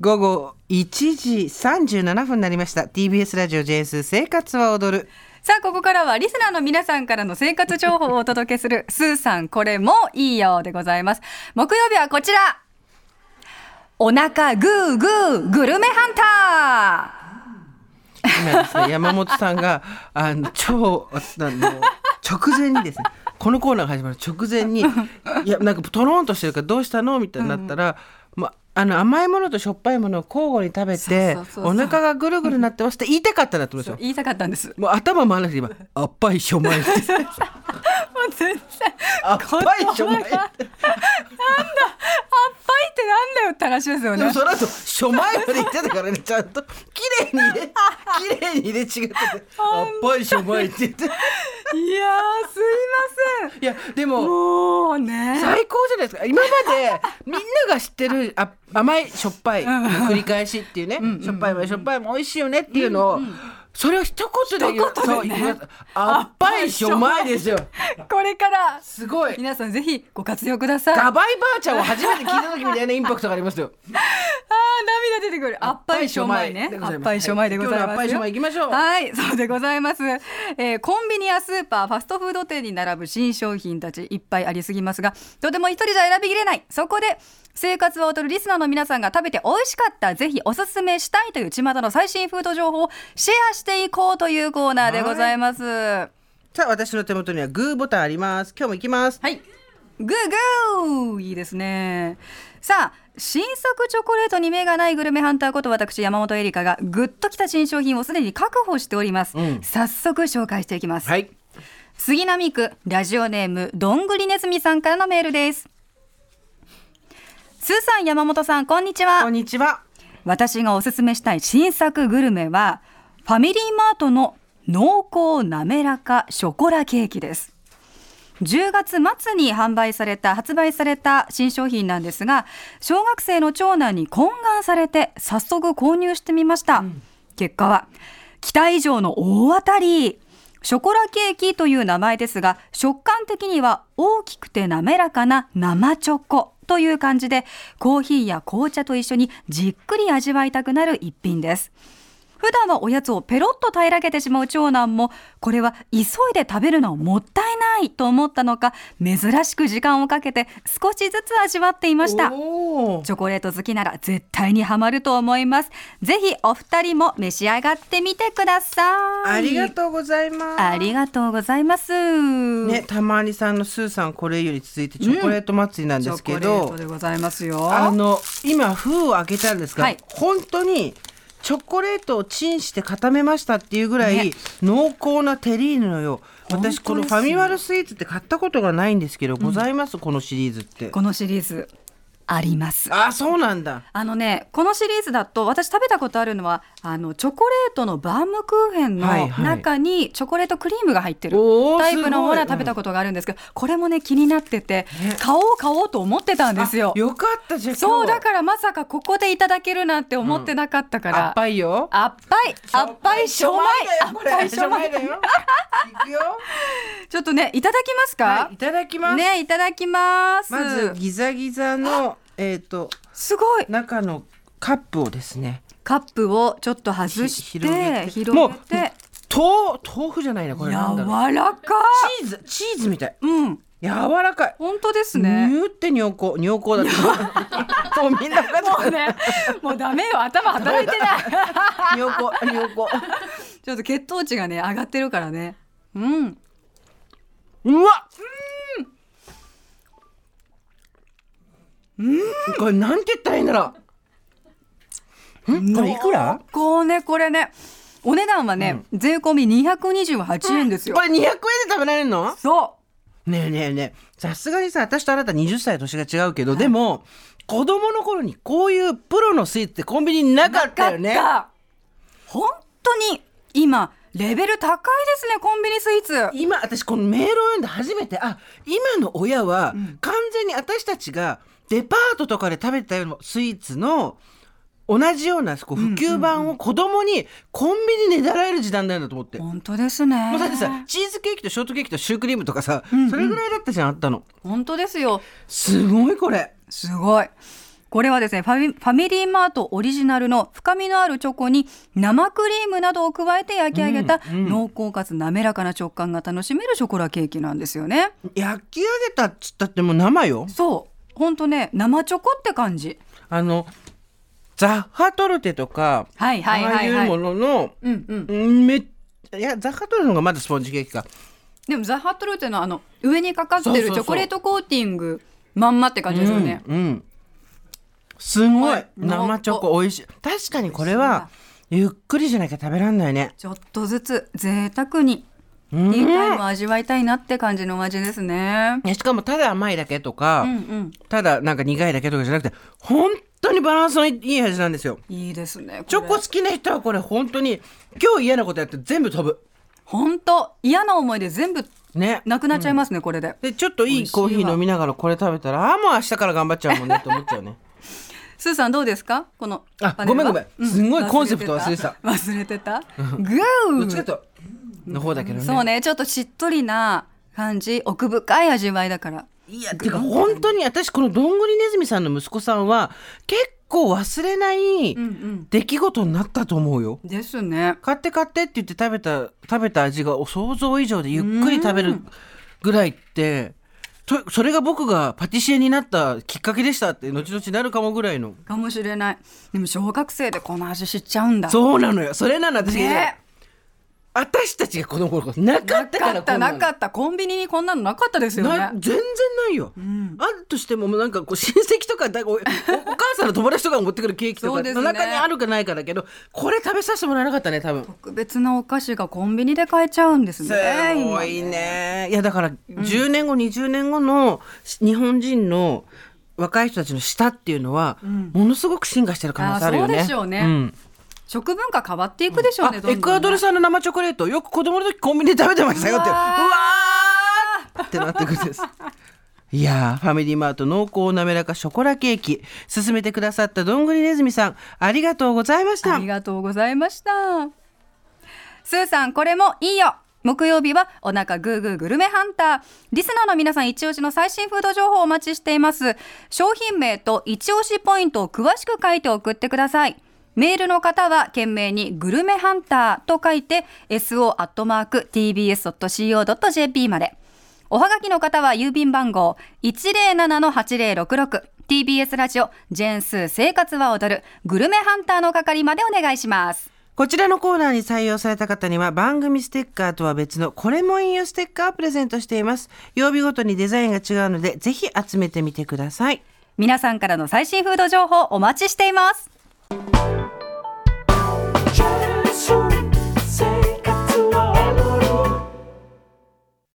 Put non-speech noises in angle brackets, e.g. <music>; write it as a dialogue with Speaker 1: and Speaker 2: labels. Speaker 1: 午後1時37分になりました TBS ラジオ JS 生活は踊る
Speaker 2: さあここからはリスナーの皆さんからの生活情報をお届けする「 <laughs> スーさんこれもいいよ」でございます木曜日はこちらお腹グーグーグルメハンター
Speaker 1: 今ですね
Speaker 2: <laughs>
Speaker 1: 山本さんがあの超あの直前にですねこのコーナーが始まる直前
Speaker 2: <laughs>
Speaker 1: にいやなんかとろんとしてるからどうしたのみたいになったら、まあの甘いものとしょっぱいものを交互に食べて
Speaker 2: そうそうそうそう
Speaker 1: お腹がぐるぐるなってますって言いたかったなと思うんですよ。
Speaker 2: 言いたかったんですも
Speaker 1: もう頭回らなくて今「あっぱいしょ
Speaker 2: <laughs>
Speaker 1: まい」
Speaker 2: う全然
Speaker 1: あっぱいしょまい」
Speaker 2: 言葉があっぱいってなんだよって話ですよ
Speaker 1: で
Speaker 2: ね
Speaker 1: もその <laughs> 後しょまい」まで言ってたからねちゃんと綺麗に <laughs> 入れ綺麗に入れ違ってて「あっぱいしょまい」って言って
Speaker 2: いやーすいません
Speaker 1: いやでも
Speaker 2: <laughs> もうね
Speaker 1: 最高じゃないですか今ま <laughs> でみんなが知ってるあ甘いしょっぱいの繰り返しっていうねしょっぱいもしょっぱいも美味しいよねっていうのを、それを一言で言う
Speaker 2: 一言でね
Speaker 1: そう言うあっぱいしょまいですよ
Speaker 2: これから
Speaker 1: すごい
Speaker 2: 皆さんぜひご活用ください
Speaker 1: ガバイばあちゃんを初めて聞いた時み <laughs> たいなインパクトがありますよ
Speaker 2: あー涙出てくる。あっぱいしょまいね
Speaker 1: で。ご
Speaker 2: あ
Speaker 1: ざい
Speaker 2: っ
Speaker 1: ます
Speaker 2: ぱいしょまいでございま
Speaker 1: はい今日のあっぱ
Speaker 2: すよ。
Speaker 1: いしょまい行きましょう
Speaker 2: はい、そうでございます。えーコンビニやスーパー、ファストフード店に並ぶ新商品たちいっぱいありすぎますが、とても一人じゃ選びきれない。そこで。生活を踊るリスナーの皆さんが食べて美味しかったぜひおすすめしたいという巷の最新フード情報をシェアしていこうというコーナーでございますは
Speaker 1: さあ私の手元にはグーボタンあります今日も行きます
Speaker 2: いグーグーいいですねさあ新作チョコレートに目がないグルメハンターこと私山本エリカがグッときた新商品をすでに確保しております、
Speaker 1: うん
Speaker 2: 早速紹介していきます、
Speaker 1: はい
Speaker 2: 杉並区ラジオネームどんぐりねずみさんからのメールですスーさん山本さんこんにち
Speaker 1: こ
Speaker 2: は
Speaker 1: んにちは
Speaker 2: 私がおすすめしたい新作グルメはファミリーマートの濃厚なめらかショコラケーキです10月末に販売された発売された新商品なんですが小学生の長男に懇願されて早速購入してみました、結果は期待以上の大当たりショコラケーキという名前ですが食感的には大きくて滑らかな生チョコという感じでコーヒーや紅茶と一緒にじっくり味わいたくなる一品です普段はおやつをペロッと平らげてしまう長男もこれは急いで食べるのはもったいないと思ったのか珍しく時間をかけて少しずつ味わっていました
Speaker 1: おー
Speaker 2: チョコレート好きなら絶対にハマると思いますぜひお二人も召し上がってみてください
Speaker 1: ありがとうございます
Speaker 2: ありがとうございます、
Speaker 1: ね、たまにさんのスーさんこれより続いてチョコレート祭りなんですけ
Speaker 2: チョコレ
Speaker 1: ど、
Speaker 2: ートでございますよ
Speaker 1: あの今封を開けたんですが、
Speaker 2: はい
Speaker 1: 本当にチョコレートをチンして固めましたっていうぐらい
Speaker 2: ね
Speaker 1: 濃厚なテリーヌのよう、
Speaker 2: 本当で
Speaker 1: 私
Speaker 2: すね
Speaker 1: このファミマルスイーツって買ったことがないんですけど、ございますこのシリーズって
Speaker 2: このシリーズあります
Speaker 1: あそうなんだ
Speaker 2: あのねこのシリーズだと私食べたことあるのはあのチョコレートのバームクーヘン
Speaker 1: はい
Speaker 2: の
Speaker 1: はい
Speaker 2: 中にチョコレートクリームが入ってる
Speaker 1: おー
Speaker 2: タイプのも
Speaker 1: す
Speaker 2: のは
Speaker 1: ごい
Speaker 2: 食べたことがあるんですけどこれもね気になってて
Speaker 1: ね
Speaker 2: 買おう買おうと思ってたんですよ
Speaker 1: あよかったじゃあ今日
Speaker 2: そうだからまさかここでいただけるなんて思ってなかったから、
Speaker 1: あっぱいよ
Speaker 2: あっぱいあっぱいしょまいあっぱいしょまい
Speaker 1: だよいくよ、
Speaker 2: ちょっとねいただきます
Speaker 1: は
Speaker 2: か
Speaker 1: い、い、ただきます、
Speaker 2: ねいただきます
Speaker 1: まずギザギザのえっ、と
Speaker 2: すごい
Speaker 1: 中のカップをですね
Speaker 2: カップをちょっと外して
Speaker 1: ひ広げて
Speaker 2: 広げて
Speaker 1: 豆豆腐じゃないなこれ
Speaker 2: 柔
Speaker 1: なんだろう
Speaker 2: らか
Speaker 1: チーズチーズみたい
Speaker 2: うん
Speaker 1: 柔らかい
Speaker 2: 本当です
Speaker 1: ニ
Speaker 2: ね
Speaker 1: ューって尿行尿行だったもうみんな分か
Speaker 2: も
Speaker 1: っ
Speaker 2: う
Speaker 1: て
Speaker 2: ねもうダメよ頭働いてない
Speaker 1: た尿行尿行
Speaker 2: <laughs> ちょっと血糖値がね上がってるからねうん
Speaker 1: うわうんこれなんて言ったらいいんだろうんこれいくら
Speaker 2: こうねこれねお値段はね、税込み228円ですよ、
Speaker 1: これ200円で食べられるの
Speaker 2: そう
Speaker 1: ねえねえねえさすがにさ私とあなた20歳年が違うけど、でも子供の頃にこういうプロのスイーツってコンビニなかったよね
Speaker 2: なかった本当に今レベル高いですねコンビニスイーツ
Speaker 1: 今私このメールを読んで初めてあ今の親は完全に私たちがデパートとかで食べたようなスイーツの同じようなこう普及版を子供にコンビニでねだられる時代なんだと思って。も
Speaker 2: 本当ですね
Speaker 1: うだってさチーズケーキとショートケーキとシュークリームとかさ、それぐらいだったじゃんあったの
Speaker 2: 本当ですよ
Speaker 1: すごいこれ
Speaker 2: すごいこれはですねファミファミリーマートオリジナルの深みのあるチョコに生クリームなどを加えて焼き上げた
Speaker 1: うんうん
Speaker 2: 濃厚かつ滑らかな食感が楽しめるショコラケーキなんですよね。
Speaker 1: 焼き上げたっつったってもう生よ
Speaker 2: そう本当ね生チョコって感じ。
Speaker 1: あのザッハトルテとか、
Speaker 2: はいはいはい
Speaker 1: ああ
Speaker 2: はいい。
Speaker 1: うものの
Speaker 2: うんうん。
Speaker 1: うんめっいやザッハトルテの方がまだスポンジケーキか
Speaker 2: でもザハトルテのあの上にかかって
Speaker 1: そうそう
Speaker 2: る
Speaker 1: そう
Speaker 2: チョコレートコーティングまんまって感じですよね。
Speaker 1: うん、うんすご
Speaker 2: はいい
Speaker 1: 生チョコ美味しい確かにこれはゆっくりじゃなきゃ食べらんないね
Speaker 2: ちょっとずつ贅沢に
Speaker 1: う
Speaker 2: テ
Speaker 1: ん
Speaker 2: ィータイムを味わいたいなって感じのお味ですね。
Speaker 1: しかもただ甘いだけと
Speaker 2: う
Speaker 1: か、
Speaker 2: ん
Speaker 1: ただなんか苦いだけとかじゃなくて本当にバランスのいい味なんですよ
Speaker 2: うん。いいですね。
Speaker 1: チョコ好きな人はこれ本当に今日嫌なことやって全部飛ぶ
Speaker 2: 本当嫌な思いで全部
Speaker 1: ね
Speaker 2: なくなっちゃいますね、これで。
Speaker 1: でちょっとい
Speaker 2: 美味
Speaker 1: い
Speaker 2: しいわ
Speaker 1: コーヒー飲みながらこれ食べたらあーもう明日から頑張っちゃうもんねって思っちゃう
Speaker 2: <laughs>
Speaker 1: ね
Speaker 2: スーさんどうですかこの
Speaker 1: あ
Speaker 2: パネルは
Speaker 1: ごめんごめんすんごいコンセプト忘れてた
Speaker 2: 忘れてた
Speaker 1: ど
Speaker 2: グ
Speaker 1: っちか
Speaker 2: ー
Speaker 1: との方だけどね
Speaker 2: そうねちょっとしっとりな感じ奥深い味わいだから
Speaker 1: いやてか本当に私このどんぐりねずみさんの息子さんは結構忘れない
Speaker 2: うんうん
Speaker 1: 出来事になったと思うよ。
Speaker 2: ですね
Speaker 1: 買って買ってって言って食べた食べた味がお想像以上でゆっくり食べるぐらいってとそれが僕がパティシエになったきっかけでしたって後々なるかもぐらいの
Speaker 2: かもしれないでも小学生でこの味知っちゃうんだ
Speaker 1: そうなのよそれなの私が言うの
Speaker 2: ね
Speaker 1: 私たちが子供の頃なか
Speaker 2: な
Speaker 1: ったか
Speaker 2: からったなか
Speaker 1: っ
Speaker 2: ったコンビニにこんなのなかったですよ
Speaker 1: な
Speaker 2: ね
Speaker 1: 全然ないよ、あるとしてももうなんかこう親戚とかだおおお <laughs> 母さんの友達とかが持ってくるケーキと
Speaker 2: そ
Speaker 1: か
Speaker 2: うです
Speaker 1: の
Speaker 2: ね
Speaker 1: 中にあるかないかだけどこれ食べさせてもらえなかったね多分
Speaker 2: 特別なお菓子がコンビニで買えちゃうんですね
Speaker 1: すごいねいやだから10年後、20年後の日本人の若い人たちの舌っていうのは、ものすごく進化してる可能性あるよね
Speaker 2: あそうでしょうね
Speaker 1: ん
Speaker 2: 今食文化変わっていくでしょうね、
Speaker 1: あ
Speaker 2: どんどん
Speaker 1: エクアドル産の生チョコレートよく子供の時コンビニで食べてましたよってう
Speaker 2: うわ
Speaker 1: わーってなってくるんですいやーファミリーマート濃厚なめらかショコラケーキ勧めてくださったどんぐりねずみさんありがとうございました
Speaker 2: ありがとうございました。スーさん、これもいいよ。木曜日はお腹グーグーグルメハンター。リスナーの皆さん一押しの最新フード情報をお待ちしています。商品名と一押しポイントを詳しく書いて送ってください。メールの方は懸命にグルメハンターと書いて so.tbs.co.jp まで。おはがきの方は郵便番号 107-8066TBS ラジオジェンスー生活は踊るグルメハンターの係までお願いします。
Speaker 1: こちらのコーナーに採用された方には番組ステッカーとは別のこれもいいよステッカーをプレゼントしています曜日ごとにデザインが違うのでぜひ集めてみてください
Speaker 2: 皆さんからの最新フード情報お待ちしています。